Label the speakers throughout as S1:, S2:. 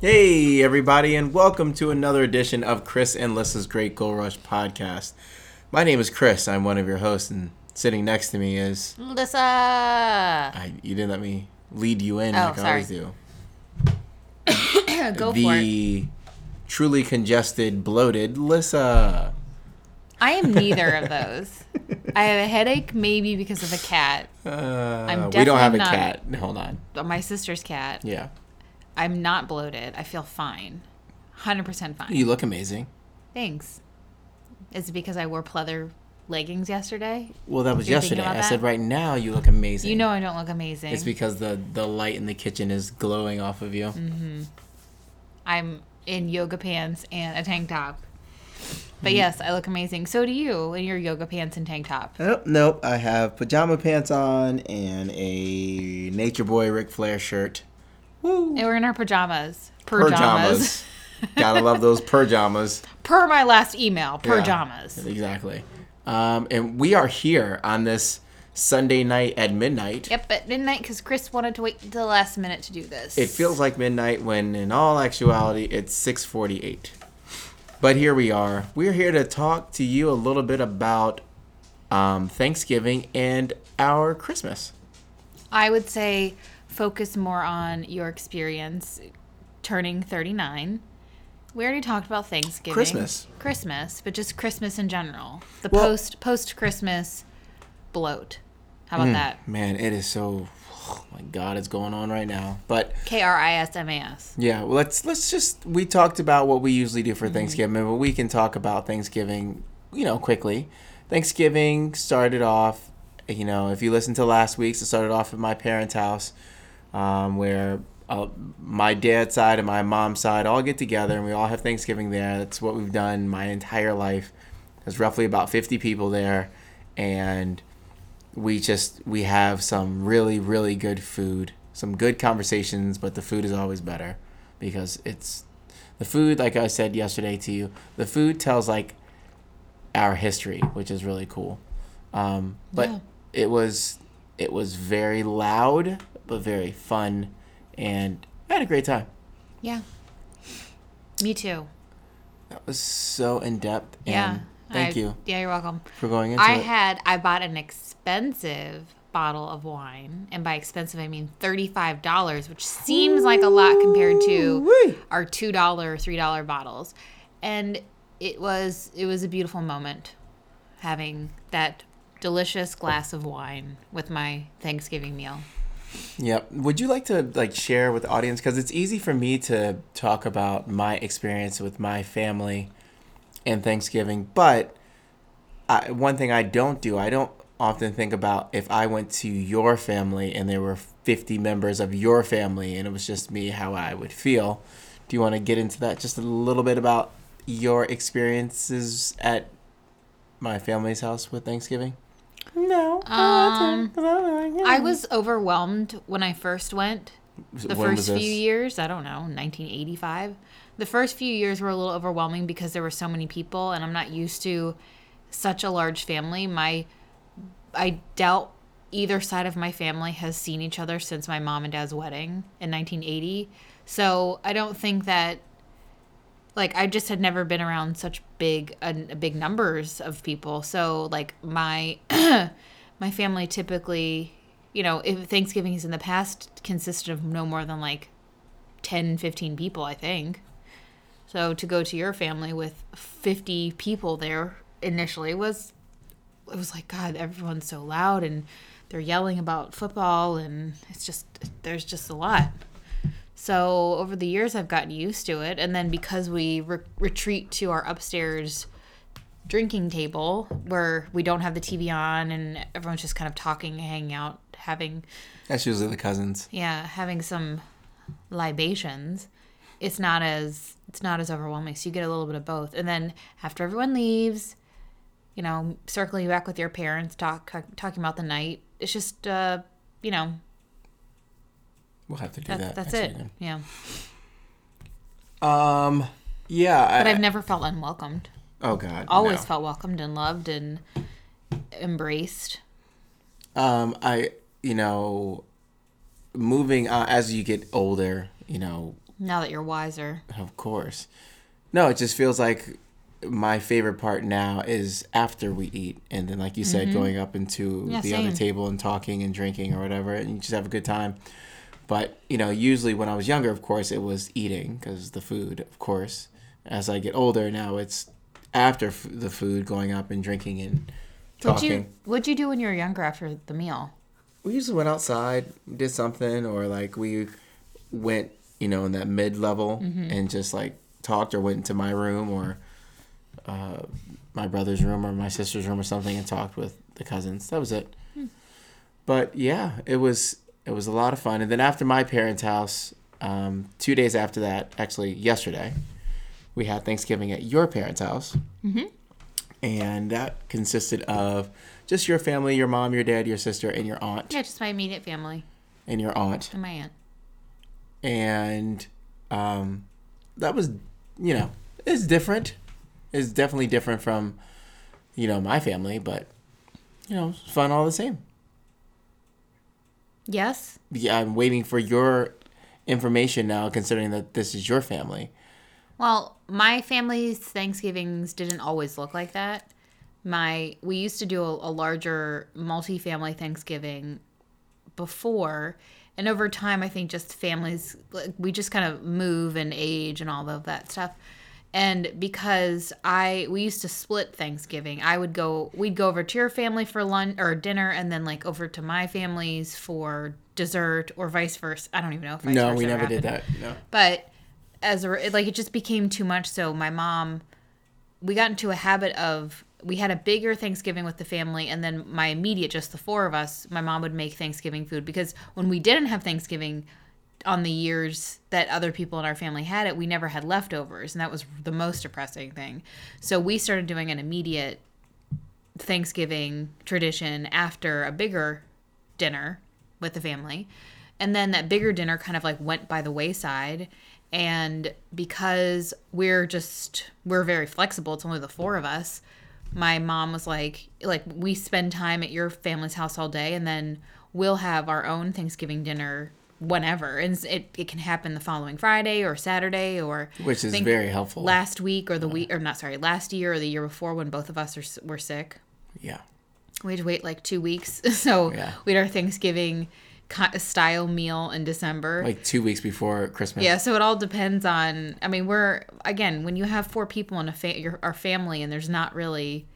S1: Hey, everybody, and welcome to another edition of Chris and Lissa's Great Goal Rush podcast. My name is Chris. I'm one of your hosts, and sitting next to me is.
S2: Lissa!
S1: I, you didn't let me lead you in
S2: Oh,
S1: like I always do.
S2: Uh, Go for it.
S1: the truly congested, bloated Lissa.
S2: I am neither of those. I have a headache, maybe because of a cat,
S1: Uh, we don't
S2: definitely
S1: have a
S2: not-
S1: cat. Hold on.
S2: but my sister's cat.
S1: Yeah.
S2: I'm not bloated. I feel fine. 100% fine.
S1: You look amazing.
S2: Thanks. Is it because I wore pleather leggings yesterday?
S1: Well, that was
S2: You're thinking
S1: yesterday.
S2: about
S1: I said
S2: that?
S1: right now you look amazing.
S2: You know I don't look amazing.
S1: It's because the the light in the kitchen is glowing off of you.
S2: Mm. I'm in yoga pants and a tank top.
S1: Hmm.
S2: But yes, I look amazing. So do you in your yoga pants and tank top.
S1: Nope, Oh, nope. I have pajama pants on and a Nature Boy Ric Flair shirt. Woo!
S2: And we're in our pajamas. Pajamas.
S1: Pajamas. Gotta love those pajamas.
S2: per my last email,
S1: Yeah,
S2: pajamas.
S1: exactly. Um, and we are here on this Sunday night at midnight.
S2: Yep, at midnight because Chris wanted to wait till the last minute to do this.
S1: It feels like midnight when in all actuality it's 6:48. But here we are. We're here to talk to you a little bit about um, Thanksgiving and our Christmas.
S2: I would say focus more on your experience turning 39. We already talked about Thanksgiving.
S1: Christmas.
S2: Christmas, but just Christmas in general. The
S1: Well-
S2: post post Christmas bloat. How
S1: Hmm.
S2: about that?
S1: Man, it is so oh my god, it's going on right now. But
S2: K R I S M A S.
S1: yeah, well, let's let's just we talked about what we usually do for Thanksgiving, but we can talk about Thanksgiving, you know, quickly. Thanksgiving started off, you know, if you listen to last week's, it started off at my parents' house, um, where uh, my dad's side and my mom's side all get together and we all have Thanksgiving there. That's what we've done my entire life. There's roughly about 50 people there, and we just we have some really really good food some good conversations but the food is always better because it's the food like i said yesterday to you the food tells like our history which is really cool um, but
S2: Yeah.
S1: it was it was very loud but very fun and i had a great time
S2: Yeah. Me too.
S1: that was so in-depth and
S2: Yeah.
S1: thank
S2: I-
S1: you
S2: Yeah, you're welcome.
S1: for going into
S2: I
S1: it
S2: had I bought an expensive bottle of wine, and by expensive I mean thirty-five dollars, which seems like a lot compared to
S1: Woo-wee.
S2: our two dollar, three dollar bottles. And it was it was a beautiful moment having that delicious glass of wine with my Thanksgiving meal.
S1: Yep. Would you like to like share with the audience because it's easy for me to talk about my experience with my family and Thanksgiving, but I, one thing I don't do, I don't often think about if I went to your family and there were 50 members of your family and it was just me how I would feel. Do you want to get into that just a little bit about your experiences at my family's house with Thanksgiving? No.
S2: Um, I was overwhelmed when I first went. The first few years, I don't know, 1985. The first few years were a little overwhelming because there were so many people, and I'm not used to such a large family. My, I doubt either side of my family has seen each other since my mom and dad's wedding in 1980. So I don't think that, like, I just had never been around such big, uh, big numbers of people. So like my, my family typically you know if thanksgiving is in the past consisted of no more than like 10 15 people i think so to go to your family with 50 people there initially was it was like god everyone's so loud and they're yelling about football and it's just there's just a lot so over the years i've gotten used to it and then because we re- retreat to our upstairs drinking table where we don't have the TV on and everyone's just kind of talking, hanging out, having
S1: That's usually the cousins.
S2: yeah having some libations it's not as it's not as overwhelming so you get a little bit of both and then after everyone leaves you know circling back with your parents talk talking about the night it's just uh you know
S1: We'll have to do
S2: that,
S1: that.
S2: that's
S1: next
S2: it
S1: weekend.
S2: yeah
S1: Um, yeah.
S2: but I've never felt unwelcomed.
S1: oh God.
S2: Always
S1: no.
S2: felt welcomed and loved and embraced.
S1: Um, I you know, moving on, as you get older, you know,
S2: Now that you're wiser,
S1: Of course. No, it just feels like my favorite part now is after we eat and then like you said going up into
S2: Mm-hmm. Yeah,
S1: the
S2: same.
S1: other table and talking and drinking or whatever and you just have a good time. But, you know, usually when I was younger, of course, it was eating cuz the food, of course. As I get older now, it's after f- the food going up and drinking and
S2: what'd
S1: talking.
S2: you what'd you do when you were younger after the meal?
S1: We usually went outside, did something, or like we went, you know, in that mid level and just like talked, or went into my room or uh, my brother's room or my sister's room or something and talked with the cousins. That was it. But yeah, it was it was a lot of fun. And then after my parents' house, um, two days after that, actually yesterday, we had Thanksgiving at your parents' house. And that consisted of just your family, your mom, your dad, your sister, and your aunt
S2: Yeah, just my immediate family
S1: and your aunt
S2: and my aunt.
S1: and um that was you know it's different it's definitely different from you know my family but you know it's fun all the same
S2: Yes,
S1: yeah i'm waiting for your information now considering that this is your family
S2: Well, my family's Thanksgivings didn't always look like that. My we used to do a, a larger multi-family Thanksgiving before, and over time, I think just families like, we just kind of move and age and all of that stuff. And because I we used to split Thanksgiving, I would go we'd go over to your family for lunch or dinner, and then like over to my family's for dessert or vice versa. I don't even know if vice
S1: no
S2: versa
S1: we
S2: ever
S1: never did
S2: happened
S1: that no
S2: but as a it- like it just became too much so my mom we got into a habit of we had a bigger thanksgiving with the family and then my immediate just the four of us my mom would make thanksgiving food because when we didn't have thanksgiving on the years that other people in our family had it we never had leftovers and that was the most depressing thing so we started doing an immediate Thanksgiving tradition after a bigger dinner with the family. And then that bigger dinner kind of like went by the wayside. And because we're just, we're very flexible, it's only the four of us. My mom was like, like, we spend time at your family's house all day, and then we'll have our own Thanksgiving dinner whenever. And s- it, it can happen the following Friday or Saturday or.
S1: which
S2: I
S1: is
S2: think
S1: very helpful
S2: Last week or the week, or not, sorry, last year or the year before when both of us are, s- were sick
S1: yeah
S2: we had to wait like two weeks. So
S1: Yeah.
S2: we had our Thanksgiving ki- style meal in December.
S1: like two weeks before christmas
S2: yeah, so it all depends on. I mean, we're again when you have four people in a fa- your, our family, and there's not really,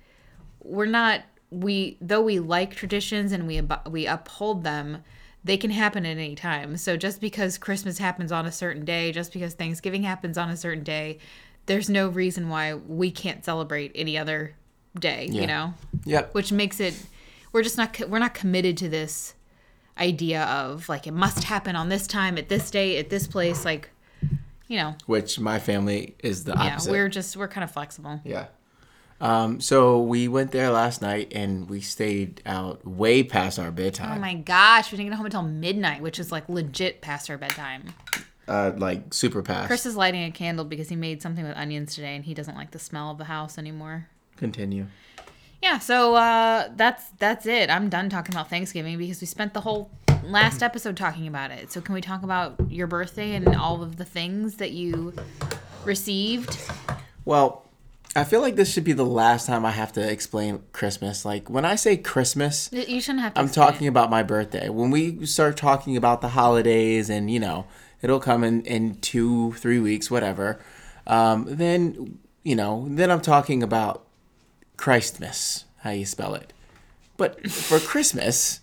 S2: we're not we though we like traditions and we ab- we uphold them. They can happen at any time. So just because Christmas happens on a certain day, just because Thanksgiving happens on a certain day, there's no reason why we can't celebrate any other day.
S1: Yeah.
S2: You know
S1: yep
S2: which makes it we're just not co- we're not committed to this idea of like it must happen on this time at this day at this place like you know
S1: which my family is the
S2: yeah
S1: opposite
S2: we're just we're kind of flexible
S1: Yeah. Um, so we went there last night and we stayed out way past our
S2: oh
S1: bedtime.
S2: my gosh we didn't get home until midnight which is like legit past our bedtime
S1: uh, like super past.
S2: chris is lighting a candle because he made something with onions today and he doesn't like the smell of the house anymore
S1: Continue.
S2: yeah so uh that's that's it i'm done talking about thanksgiving because we spent the whole last episode talking about it so can we talk about your birthday and all of the things that you received
S1: Well, I feel like this should be the last time I have to explain Christmas. Like when I say Christmas,
S2: Y- you shouldn't have to
S1: I'm
S2: explain
S1: talking about my birthday. When we start talking about the holidays and, you know, it'll come in, in two, three weeks, whatever, um, then, you know, then I'm talking about Christmas, how you spell it. But for Christmas,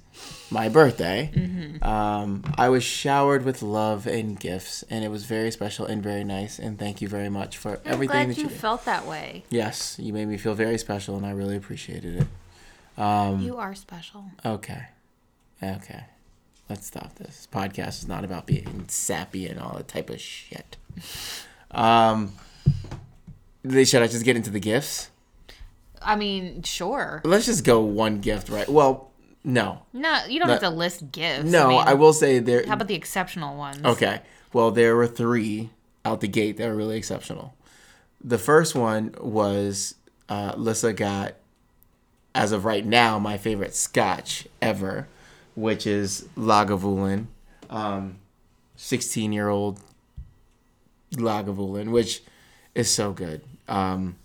S1: my birthday,
S2: Mm-hmm.
S1: um, I was showered with love and gifts, and it was very special and very nice. And thank you very much for
S2: it. I'm
S1: everything
S2: glad
S1: that
S2: you,
S1: you did.
S2: felt that way
S1: yes, you made me feel very Um, special, and I really appreciated it.
S2: you are special
S1: Okay. Okay. Let's stop this. this podcast is not about being sappy and all that type of shit. Um, they should I just get into the gifts?
S2: I mean, sure.
S1: Let's just go one gift, right? Well, no,
S2: No, you don't
S1: No.
S2: have to list gifts.
S1: no. I,
S2: mean,
S1: will say there.
S2: How about the exceptional ones?
S1: Okay. Well, there were three out the gate that were really exceptional. The first one was uh, Lissa got, as of right now, my favorite scotch ever, which is Lagavulin, Um, 16 year old Lagavulin, which is so good. Um,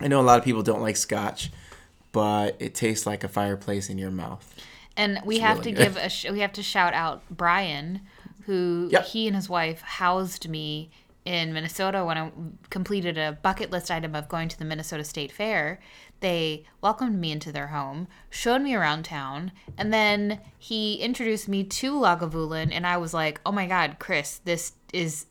S1: I know a lot of people don't like scotch, but it tastes like a fireplace in your mouth.
S2: And we have
S1: really
S2: to
S1: good.
S2: give a sh- we have to shout out Brian, who
S1: Yep.
S2: he and his wife housed me in Minnesota when I completed a bucket list item of going to the Minnesota State Fair. They welcomed me into their home, showed me around town, and then he introduced me to Lagavulin, and I was like, "Oh my God, Chris, this is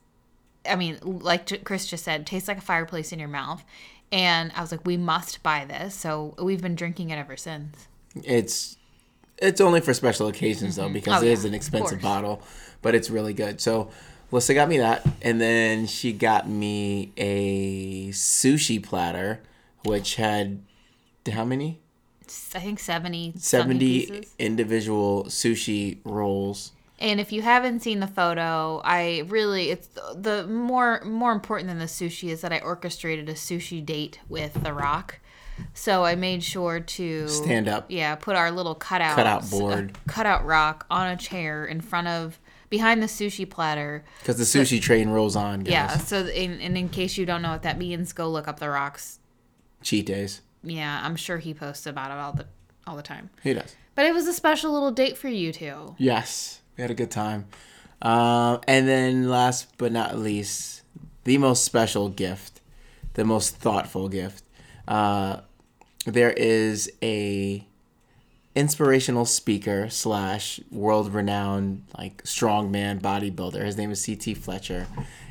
S2: I mean, like J- Chris just said, tastes like a fireplace in your mouth." And I was like, "We must buy this." So we've been drinking it ever since.
S1: it's it's only for special occasions though because
S2: Oh,
S1: it
S2: yeah,
S1: is an
S2: of
S1: expensive
S2: course.
S1: bottle but it's really good so Lissa got me that and then she got me a sushi platter which had how many
S2: I think 70 70
S1: 70
S2: pieces.
S1: individual sushi rolls
S2: And if you haven't seen the photo, I really it's the more more important than the sushi is that I orchestrated a sushi date with The Rock. So I made sure to
S1: Stand up.
S2: Yeah, put our little cutout uh,
S1: Cutout board.
S2: cutout rock on a chair in front of behind the sushi platter.
S1: because the sushi train rolls on guys
S2: Yeah. So in, and in case you don't know what that means, go look up The Rock's.
S1: cheat days
S2: Yeah, I'm sure he posts about it all the all the time.
S1: who does
S2: But it was a special little date for you two.
S1: yes we had a good time um, and then last but not least the most special gift the most thoughtful gift uh, there is a inspirational speaker slash world renowned like strongman bodybuilder. His name is CT Fletcher,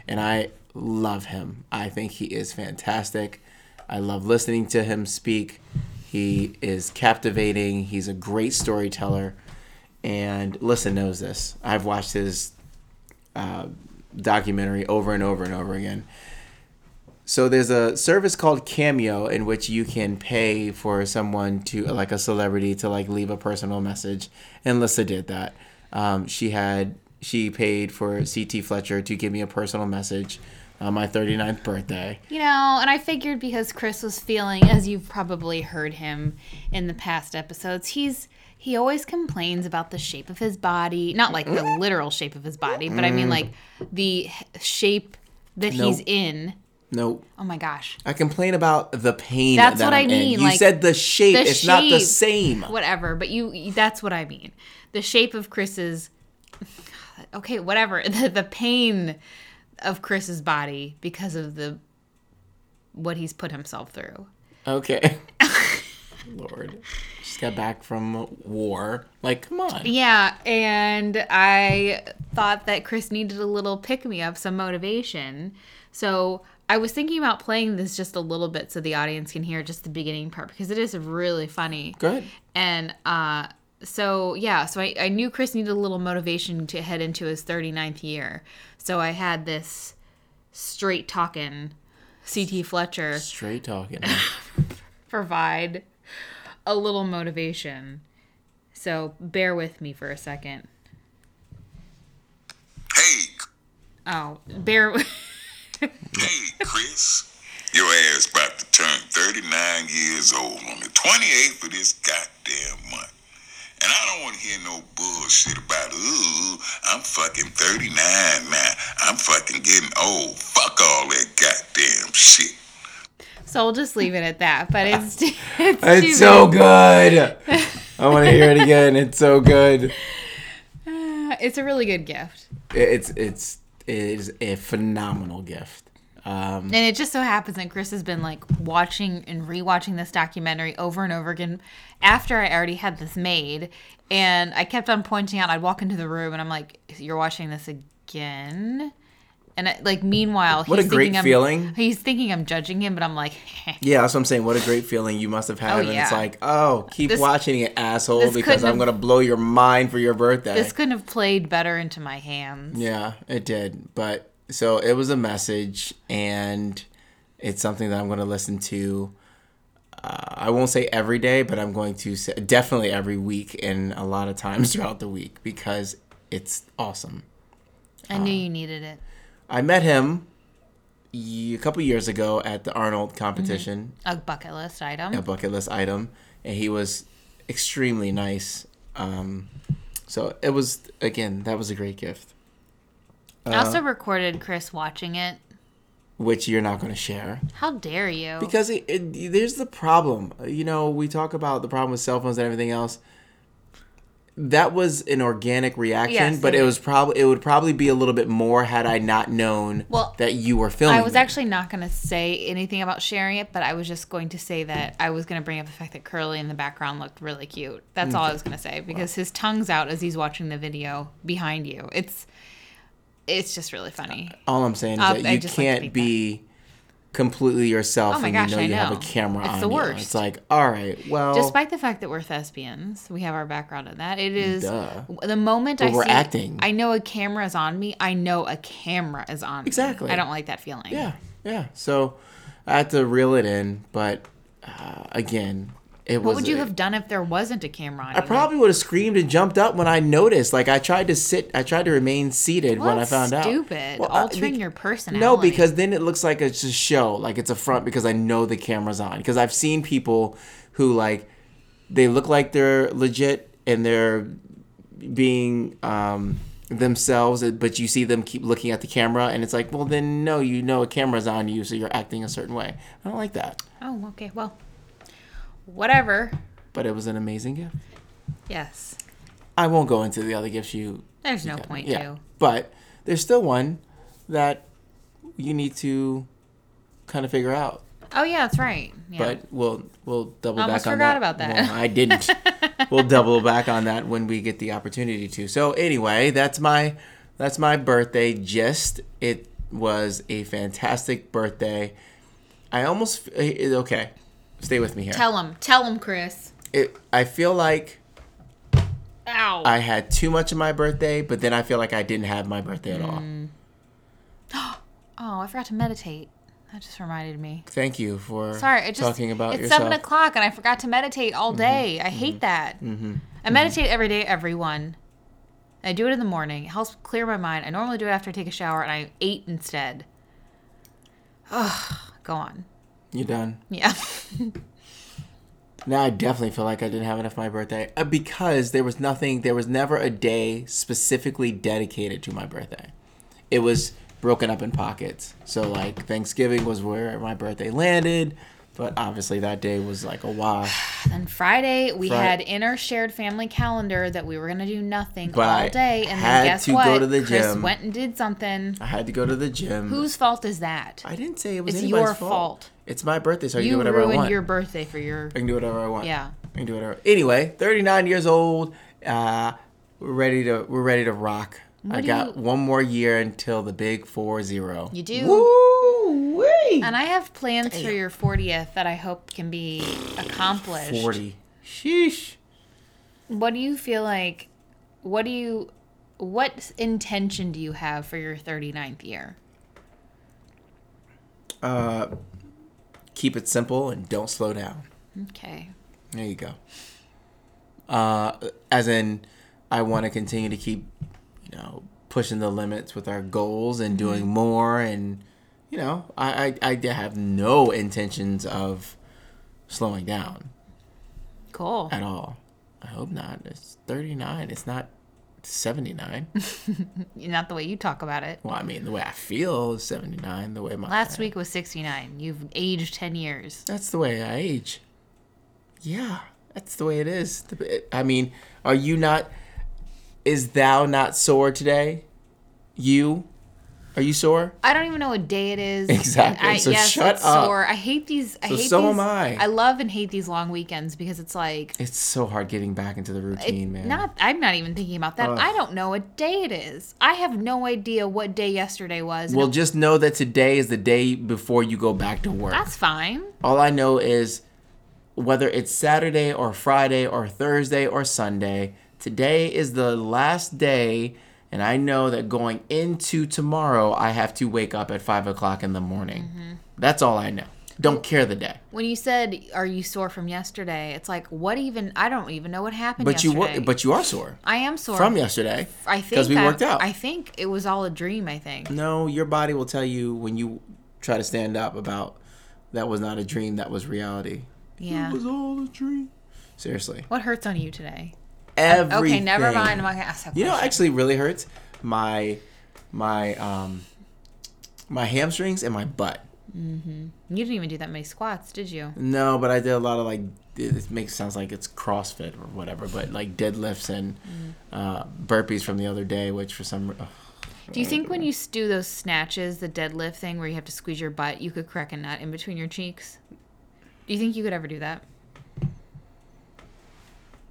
S1: and I love him. I think he is fantastic. I love listening to him speak. He is captivating. He's a great storyteller, and Lissa knows this. I've watched his uh, documentary over and over and over again. So there's a service called Cameo in which you can pay for someone to like a celebrity to like leave a personal message, and Lissa did that. Um, she had she paid for CT Fletcher to give me a personal message on my 39th birthday.
S2: You know, and I figured because Chris was feeling, as you've probably heard him in the past episodes, he's he always complains about the shape of his body, not like the literal shape of his body, but I mean like the h- shape that he's
S1: Nope.
S2: in.
S1: No,
S2: Oh my gosh.
S1: I complain about the pain.
S2: That's
S1: that
S2: what I
S1: I'm in.
S2: mean,
S1: You
S2: like,
S1: said the shape.
S2: the
S1: it's not the
S2: shape.
S1: same.
S2: Whatever, but you that's what I mean. The shape of Chris's Okay, whatever. The, the pain of Chris's body because of the what he's put himself through.
S1: Okay. Lord, just got back from war. Like, come on.
S2: Yeah, and I thought that Chris needed a little pick me up, some motivation. So I was thinking about playing this just a little bit so the audience can hear just the beginning part because it is really funny.
S1: Good.
S2: And uh, so, yeah, so I, I knew Chris needed a little motivation to head into his 39th year. So I had this straight talking CT Fletcher
S1: Straight talking.
S2: provide a little motivation. So bear with me for a second.
S3: Hey,
S2: Oh, bear.
S3: hey, Chris. Your ass about to turn 39 years old on the 28th of this goddamn month. And I don't want to hear no bullshit about, ooh, I'm fucking 39 now. I'm fucking getting old. Fuck all that goddamn shit.
S2: so I'll just leave it at that. But it's it's, too
S1: It's so good. I want to hear it again. It's so good.
S2: bad. it's a really good gift,
S1: It's it's it is a phenomenal gift. Um,
S2: and it just so happens that Chris has been like watching and rewatching this documentary over and over again. After I already had this made, and I kept on pointing out, I'd walk into the room and I'm like, "You're watching this again." And I, like, meanwhile,
S1: What a great
S2: thinking
S1: feeling.
S2: I'm, he's thinking I'm judging him, but I'm like,
S1: Yeah, that's what I'm saying. What a great feeling you must have had.
S2: Oh,
S1: and it's
S2: yeah.
S1: like, oh, keep
S2: This-
S1: watching it, asshole,
S2: this
S1: because
S2: couldn't
S1: I'm
S2: have-
S1: going to blow your mind for your birthday.
S2: this couldn't have played better into my hands.
S1: Yeah, it did. But so it was a message, and it's something that I'm going to listen to. Uh, I won't say every day, but I'm going to say definitely every week and a lot of times throughout the week because it's awesome.
S2: I knew you needed it.
S1: I met him y- a couple years ago at the Arnold competition,
S2: A bucket list item.
S1: a bucket list item, and he was extremely nice. Um, so it was, again, that was a great gift,
S2: I also
S1: Uh-huh.
S2: recorded Chris watching it.
S1: which you're not going to share.
S2: How dare you?
S1: Because it, it, there's the problem. You know, we talk about the problem with cell phones and everything else. That was an organic reaction,
S2: Yes,
S1: but
S2: it
S1: it
S2: was.
S1: was probably it would probably be a little bit more had I not known
S2: Well,
S1: that you were filming.
S2: I was
S1: it.
S2: actually not going to say anything about sharing it, but I was just going to say that I was going to bring up the fact that Curly in the background looked really cute. That's all I
S1: Mm.
S2: was going to say because his tongue's out as he's watching the video behind you. It's it's just really funny.
S1: all I'm saying is
S2: Uh,
S1: that
S2: I
S1: you
S2: just like to
S1: can't
S2: think
S1: be completely yourself
S2: Oh my
S1: and
S2: gosh,
S1: you know
S2: I
S1: you have
S2: know.
S1: a camera
S2: It's
S1: on
S2: the
S1: you.
S2: worst.
S1: It's like, all right, well,
S2: Despite the fact that we're lesbians, we have our background in that. It is
S1: Duh.
S2: the moment I
S1: we're
S2: see
S1: acting.
S2: I know a camera is on me. I know a camera is on me.
S1: Exactly.
S2: I don't like that feeling.
S1: yeah, yeah. So I had to reel it in, but uh, again, it was
S2: What would you
S1: a-
S2: have done if there wasn't a camera on?
S1: I probably would have screamed and jumped up when I noticed. Like I tried to sit, I tried to remain seated when I found
S2: stupid.
S1: out.
S2: Stupid.
S1: Well, I-
S2: Altering
S1: bec-
S2: your personality.
S1: No, because then it looks like it's a show, like it's a front because I know the camera's on. Because I've seen people who like they look like they're legit and they're being um, themselves, but you see them keep looking at the camera, and it's like, well, then no, you know a camera's on you, so you're acting a certain way. I don't like that.
S2: Oh, okay. Well, whatever.
S1: But it was an amazing gift.
S2: Yes.
S1: I won't go into the other gifts you
S2: There's no point
S1: Yeah.
S2: to.
S1: But there's still one that you need to kind of figure out.
S2: Oh yeah, that's right. Yeah.
S1: But we'll we'll double
S2: Almost
S1: back on
S2: forgot
S1: that.
S2: about that.
S1: No, I didn't. we'll double back on that when we get the opportunity to. So anyway, that's my that's my birthday gist. It was a fantastic birthday. I almost eh, okay. Stay with me here.
S2: tell him. Tell him, Chris.
S1: it, I feel like
S2: Ow.
S1: I had too much of my birthday, but then I feel like I didn't have my birthday at all.
S2: Mm. oh, I forgot to meditate. That just reminded me.
S1: Thank you for
S2: Sorry, it just
S1: talking about
S2: it's
S1: yourself. Mm-hmm.
S2: seven o'clock and I forgot to meditate all day. I hate that. I meditate every day, everyone. I do it in the morning. It helps clear my mind. I normally do it after I take a shower, and I ate instead. Ugh, go on.
S1: You're done.
S2: Yeah.
S1: Now I definitely feel like I didn't have enough for my birthday uh, because there was nothing. There was never a day specifically dedicated to my birthday. It was broken up in pockets. So like Thanksgiving was where my birthday landed, but obviously that day was like a wash.
S2: Then Friday we
S1: Fri-
S2: had in our shared family calendar that we were gonna do nothing
S1: But I
S2: all day, and
S1: had
S2: then guess
S1: to go
S2: what?
S1: to the
S2: Chris
S1: gym.
S2: went and did something.
S1: I had to go to the gym.
S2: Whose fault is that?
S1: I didn't say it was
S2: It's
S1: anybody's
S2: your
S1: fault.
S2: fault.
S1: It's my birthday, so I can
S2: you
S1: do whatever I
S2: ruined
S1: want.
S2: your birthday for your.
S1: I can do whatever I want.
S2: Yeah.
S1: I can do whatever. Anyway, 39 years old. Uh, we're ready to we're ready to rock. I
S2: do
S1: got
S2: you-
S1: one more year until the big four zero.
S2: You do.
S1: Woo wee.
S2: And I have plans for your 40th that I hope can be accomplished.
S1: Forty. Sheesh.
S2: What do you feel like? What do you? What intention do you have for your 39th year?
S1: Keep it simple and don't slow down.
S2: Okay.
S1: There you go. Uh, as in, I want to continue to keep, you know, pushing the limits with our goals and doing more. And you know, I I, I have no intentions of slowing down.
S2: Cool.
S1: at all. I hope not. It's 39. It's not 79.
S2: Not the way you talk about it.
S1: well, I mean, the way I feel is 79. The way my
S2: Last week was 69. You've aged 10 years.
S1: That's the way I age. Yeah, that's the way it is. The- I mean, are you not? Is thou not sore today? You, Are you sore?
S2: I don't even know what day it is.
S1: Exactly.
S2: I,
S1: So
S2: yes,
S1: shut
S2: it's
S1: up.
S2: Sore. I hate these. I
S1: So
S2: hate
S1: so
S2: these,
S1: am I.
S2: I love and hate these long weekends because it's like
S1: It's so hard getting back into the
S2: it-
S1: routine, man.
S2: not. I'm not even thinking about that.
S1: Ugh.
S2: I don't know what day it is. I have no idea what day yesterday was. and
S1: well,
S2: it-
S1: just know that today is the day before you go back to work.
S2: that's fine.
S1: All I know is whether it's Saturday or Friday or Thursday or Sunday, today is the last day. And I know that going into tomorrow, I have to wake up at five o'clock in the morning.
S2: Mm-hmm.
S1: That's all I know. Don't care the day.
S2: When you said, "Are you sore from yesterday?" It's like, what even? I don't even know what happened.
S1: But you were,
S2: yesterday.
S1: but you are sore
S2: I am sore
S1: from yesterday.
S2: I think
S1: because we
S2: I-
S1: worked out.
S2: I think it was all a dream. I think.
S1: no, your body will tell you when you try to stand up about that was not a dream, that was reality.
S2: Yeah.
S1: It was all a dream. Seriously.
S2: What hurts on you today?
S1: Everything.
S2: Okay, never mind. I'm not gonna ask that.
S1: You know,
S2: question.
S1: what actually really hurts my my um my hamstrings and my butt.
S2: you didn't even do that many squats, did you?
S1: No, but I did a lot of like it makes sounds like it's CrossFit or whatever, but like deadlifts and
S2: Mm.
S1: uh, burpees from the other day, which for some ugh,
S2: Do you think when you s- do those snatches, the deadlift thing where you have to squeeze your butt, you could crack a nut in between your cheeks? Do you think you could ever do that?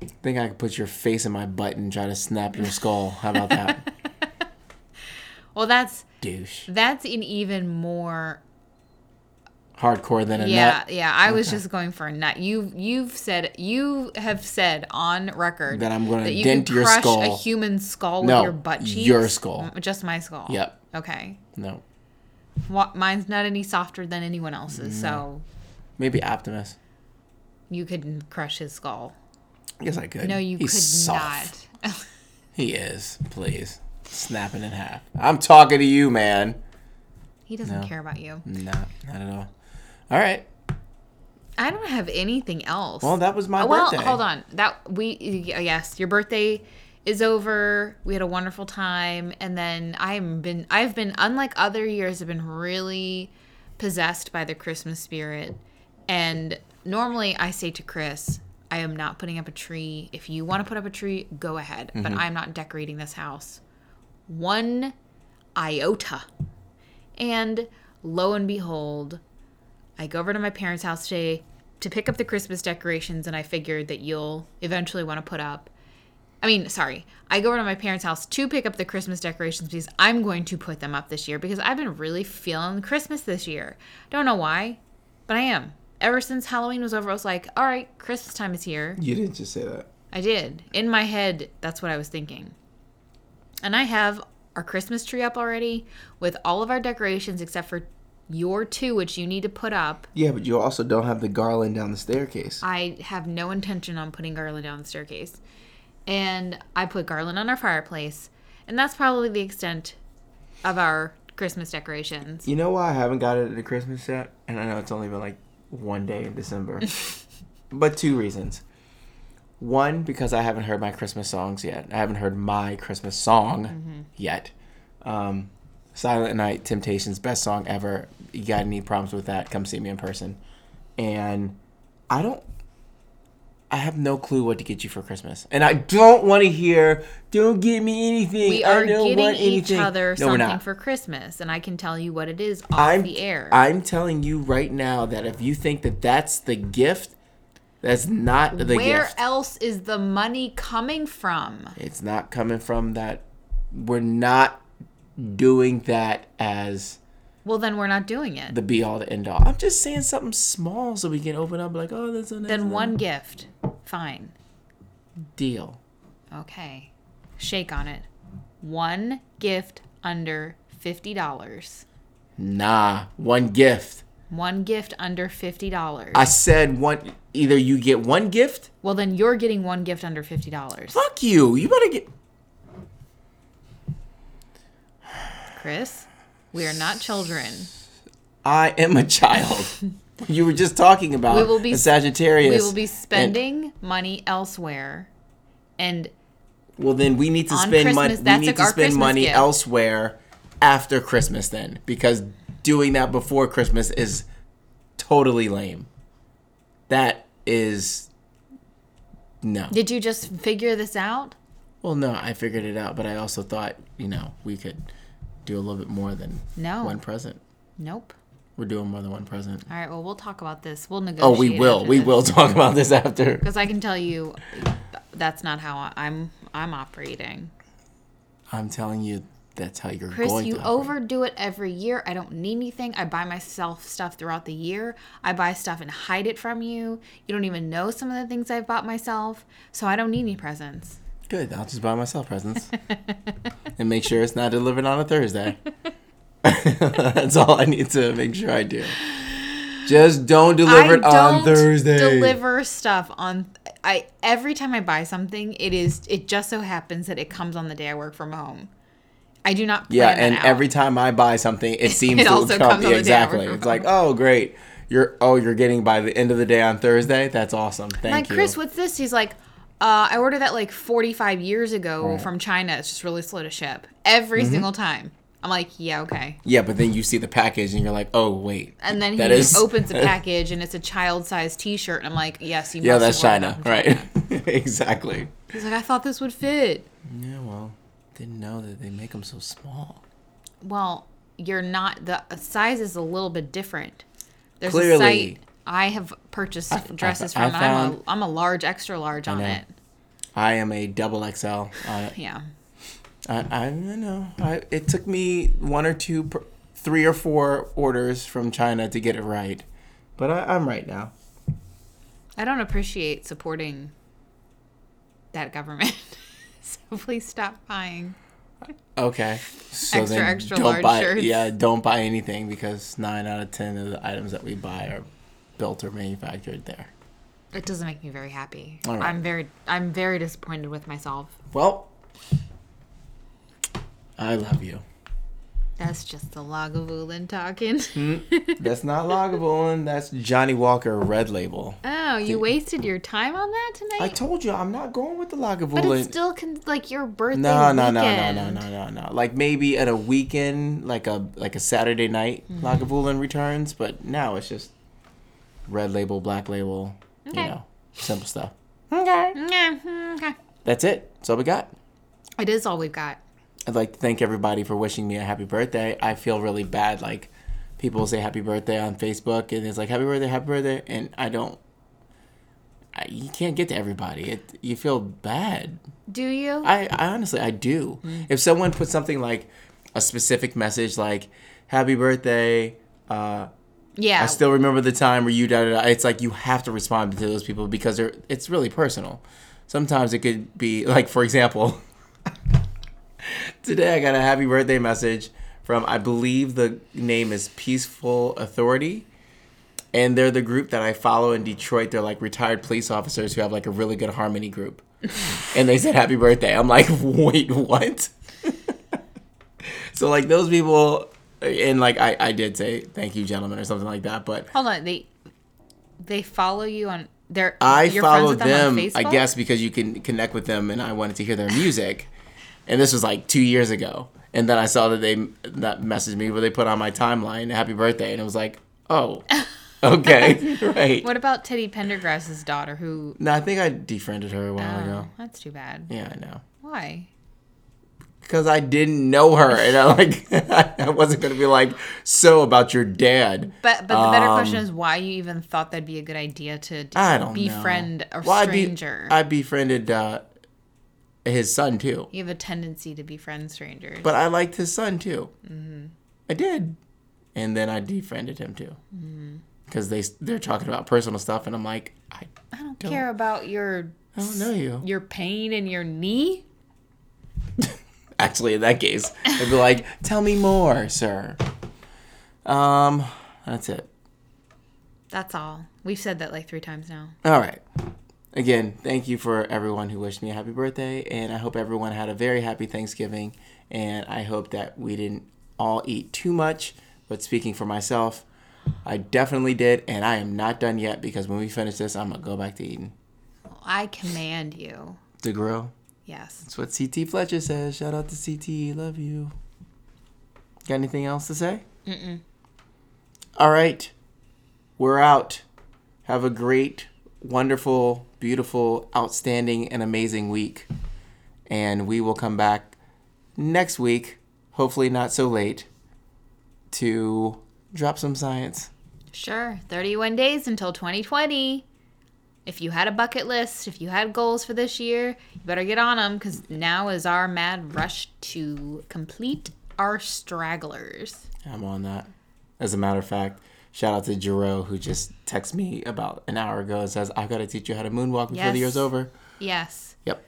S1: I think I could put your face in my butt and try to snap your skull. How about that,
S2: Well, that's
S1: douche?
S2: that's an even more
S1: Hardcore than a
S2: yeah
S1: nut.
S2: yeah. I was just going for a nut. You you've said you have said on record
S1: That I'm gonna
S2: you
S1: dent
S2: can
S1: your
S2: crush a
S1: skull.
S2: human skull with
S1: No,
S2: your butt cheeks.
S1: your skull.
S2: Mm, just my skull.
S1: Yep.
S2: Okay.
S1: No,
S2: Wha mine's not any softer than anyone else's, so
S1: maybe Optimus.
S2: you could crush his skull.
S1: I guess I could.
S2: No, you
S1: He's
S2: could
S1: soft.
S2: not.
S1: He is. Please, snapping in half. I'm talking to you, man.
S2: he doesn't
S1: No.
S2: care about you.
S1: No, not at all. All right.
S2: I don't have anything else.
S1: Well, that was my
S2: well,
S1: birthday.
S2: hold on. That we y- yes, your birthday is over. We had a wonderful time, and then I'm been I've been unlike other years. I've been really possessed by the Christmas spirit, and normally I say to Chris. I am not putting up a tree. If you want to put up a tree, go ahead. But
S1: Mm-hmm.
S2: I'm not decorating this house one iota. And lo and behold, I go over to my parents' house today to pick up the Christmas decorations, and I figured that you'll eventually want to put up. I mean, sorry. I go over to my parents' house to pick up the Christmas decorations because I'm going to put them up this year because I've been really feeling Christmas this year. Don't know why, but I am. Ever since Halloween was over, I was like, all right, Christmas time is here.
S1: You didn't just say that.
S2: I did. In my head, that's what I was thinking. And I have our Christmas tree up already with all of our decorations except for your two, which you need to put up.
S1: Yeah, but you also don't have the garland down the staircase.
S2: I have no intention on putting garland down the staircase. And I put garland on our fireplace. And that's probably the extent of our Christmas decorations.
S1: You know why I haven't got it at Christmas yet? And I know it's only been like one day in December. but two reasons. One, because I haven't heard my Christmas songs yet. I haven't heard my Christmas song
S2: Mm-hmm.
S1: yet. Um, Silent Night, Temptations, best song ever. You got any problems with that? Come see me in person. And I don't. I have no clue what to get you for Christmas, and I don't want to hear. Don't get me anything.
S2: We
S1: I
S2: are
S1: don't
S2: getting
S1: want
S2: each
S1: anything."
S2: other
S1: No, we're
S2: something
S1: not.
S2: for Christmas, and I can tell you what it is off
S1: I'm,
S2: the air.
S1: I'm telling you right now that if you think that that's the gift, that's not the
S2: Where
S1: gift.
S2: else is the money coming from?
S1: It's not coming from that. We're not doing that as
S2: Well, then we're not doing it.
S1: the be all to end all. I'm just saying something small so we can open up like, oh, that's a nice
S2: then
S1: little
S2: one gift. Fine.
S1: deal.
S2: Okay. Shake on it. One gift under $50.
S1: Nah, one gift.
S2: One gift under $50.
S1: I said one. Either you get one gift.
S2: well, then you're getting one gift under $50.
S1: Fuck you. You better get.
S2: Chris, we are not children.
S1: I am a child. you were just talking about
S2: We will be-
S1: a Sagittarius.
S2: We will be
S1: and-
S2: spending money elsewhere. And
S1: Well, then we need to
S2: On
S1: spend money.
S2: Christmas,
S1: We
S2: that's
S1: need
S2: like
S1: to
S2: our
S1: spend
S2: Christmas
S1: money
S2: gift.
S1: elsewhere after Christmas, then, because doing that before Christmas is totally lame. That is no.
S2: did you just figure this out?
S1: Well, no, I figured it out, but I also thought you know we could do a little bit more than
S2: No.
S1: one present.
S2: Nope.
S1: We're doing more than one present.
S2: All right. Well, we'll talk about this. We'll
S1: Oh,
S2: negotiate.
S1: we will. We will talk about this after.
S2: Because I can tell you, that's not how I- I'm. I'm operating.
S1: I'm telling you, that's how you're
S2: Chris,
S1: going
S2: you
S1: to operate.
S2: overdo it every year. I don't need anything. I buy myself stuff throughout the year. I buy stuff and hide it from you. You don't even know some of the things I've bought myself. So I don't need any presents.
S1: Good. I'll just buy myself presents and make sure it's not delivered on a Thursday. That's all I need to make sure I do. Just don't deliver it
S2: I don't
S1: on Thursday.
S2: deliver stuff on. I every time I buy something, it is. It just so happens that it comes on the day I work from home. I do not. Plan
S1: yeah,
S2: that
S1: and
S2: out.
S1: every time I buy something, it seems
S2: It
S1: to
S2: also
S1: come
S2: comes on the day I
S1: exactly.
S2: work
S1: It's
S2: from
S1: like, oh great, you're oh you're getting by the end of the day on Thursday. That's awesome. Thank
S2: like
S1: you.
S2: Chris, what's this? He's like, uh, I ordered that like 45 years ago
S1: Mm.
S2: from China. It's just really slow to ship. Every
S1: Mm-hmm.
S2: single time, I'm like, yeah, okay.
S1: yeah, but then you see the package and you're like, oh wait,
S2: And then
S1: That
S2: he
S1: is-
S2: opens a package and it's a child-sized T-shirt, and I'm like, yes, you.
S1: yeah, that's
S2: must have ordered
S1: China,
S2: that from
S1: right? exactly.
S2: He's like, I thought this would fit.
S1: Yeah, well, didn't know that they make them so small.
S2: Well, you're not. The size is a little bit different. There's a
S1: Clearly.
S2: site I have purchased dresses
S1: I
S2: from. and I'm a,
S1: found-
S2: I'm a large, extra large on
S1: know.
S2: it.
S1: I am a double XL on it.
S2: Yeah.
S1: I, I don't know. I, it took me one or two, per, three or four orders from China to get it right, but I, I'm right now.
S2: I don't appreciate supporting that government. so please stop buying.
S1: Okay. So
S2: Extra, extra large
S1: buy,
S2: shirts.
S1: Yeah, don't buy anything because nine out of ten of the items that we buy are built or manufactured there.
S2: It doesn't make me very happy.
S1: All right.
S2: I'm very I'm very disappointed with myself.
S1: Well, I love you.
S2: That's just the Lagavulin talking.
S1: Hmm. That's not Lagavulin. That's Johnny Walker Red Label.
S2: oh, you wasted your time on that tonight.
S1: I told you I'm not going with the
S2: but
S1: Lagavulin.
S2: it's still con- like your birthday
S1: No, no,
S2: weekend.
S1: no, no, no, no, no, no. Like maybe at a weekend, like a like a Saturday night,
S2: Mm-hmm.
S1: Lagavulin returns, but now it's just red label, black label,
S2: Okay.
S1: you know, simple stuff.
S2: Yeah, mm, okay.
S1: That's it. That's all we got.
S2: It is all we've got.
S1: I'd like to thank everybody for wishing me a happy birthday. I feel really bad. Like people say happy birthday on Facebook, and it's like happy birthday, happy birthday, and I don't. I, you can't get to everybody. It you feel bad.
S2: Do you?
S1: I, I honestly I do. If someone puts something like a specific message like "Happy birthday," uh,
S2: yeah.
S1: I still remember the time where you da da da. It's like you have to respond to those people because they're it's really personal. Sometimes it could be like for example, today I got a happy birthday message from I believe the name is Peaceful Authority. And they're the group that I follow in Detroit. They're like retired police officers who have like a really good harmony group. and they said happy birthday. I'm like, wait, what? so like those people and like I, I did say thank you, gentlemen, or something like that, but
S2: Hold on. They they follow you on their
S1: I
S2: you're friends
S1: followed
S2: with
S1: them,
S2: on
S1: I
S2: Facebook?
S1: guess, because you can connect with them, and I wanted to hear their music. and this was like two years ago, and then I saw that they that messaged me, where they put on my timeline "Happy Birthday," and it was like, oh, okay, right.
S2: What about Teddy Pendergrass's daughter who
S1: No, I think I defriended her a while ago.
S2: Oh, that's too bad.
S1: Yeah, I know.
S2: Why?
S1: Because I didn't know her, and I like I wasn't gonna be like so about your dad.
S2: But but the better question is why you even thought that'd be a good idea to d-
S1: Um, I don't know.
S2: befriend a
S1: Well, I be-
S2: stranger.
S1: I, befriended uh, his son too,
S2: you have a tendency to befriend strangers.
S1: but I liked his son too. I did, and then I defriended him too, because they they're talking about personal stuff, and I'm like, I,
S2: I don't, care about your
S1: I don't know you.
S2: your pain in your knee.
S1: Actually, in that case, they'd be like, tell me more, sir. Um, that's it.
S2: That's all. We've said that like three times now.
S1: All right. Again, thank you for everyone who wished me a happy birthday, and I hope everyone had a very happy Thanksgiving. And I hope that we didn't all eat too much. But speaking for myself, I definitely did, and I am not done yet because when we finish this, I'm gonna go back to eating Oh.
S2: I command you.
S1: the grill.
S2: Yes.
S1: That's what CT Fletcher says. Shout out to CT. Love you. Got anything else to say? Mm-mm. All right. We're out. Have a great, wonderful, beautiful, outstanding, and amazing week. And we will come back next week, hopefully not so late, to drop some science.
S2: Sure. 31 days until 2020. If you had a bucket list, if you had goals for this year, you better get on them because now is our mad rush to complete our stragglers.
S1: I'm on that. As a matter of fact, shout out to Jero who just texted me about an hour ago and says, I've got to teach you how to moonwalk before the
S2: Yes.
S1: year's over.
S2: Yes.
S1: Yep.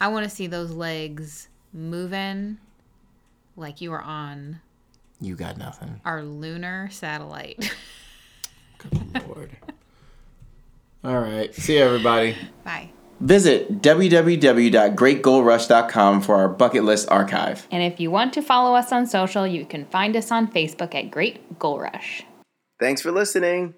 S2: I want to see those legs moving like you were on
S1: You got nothing.
S2: our lunar satellite.
S1: Good lord. All right. See you, everybody.
S2: Bye.
S1: Visit www.greatgoalrush.com for our bucket list archive.
S2: And if you want to follow us on social, you can find us on Facebook at Great Goal Rush.
S1: Thanks for listening.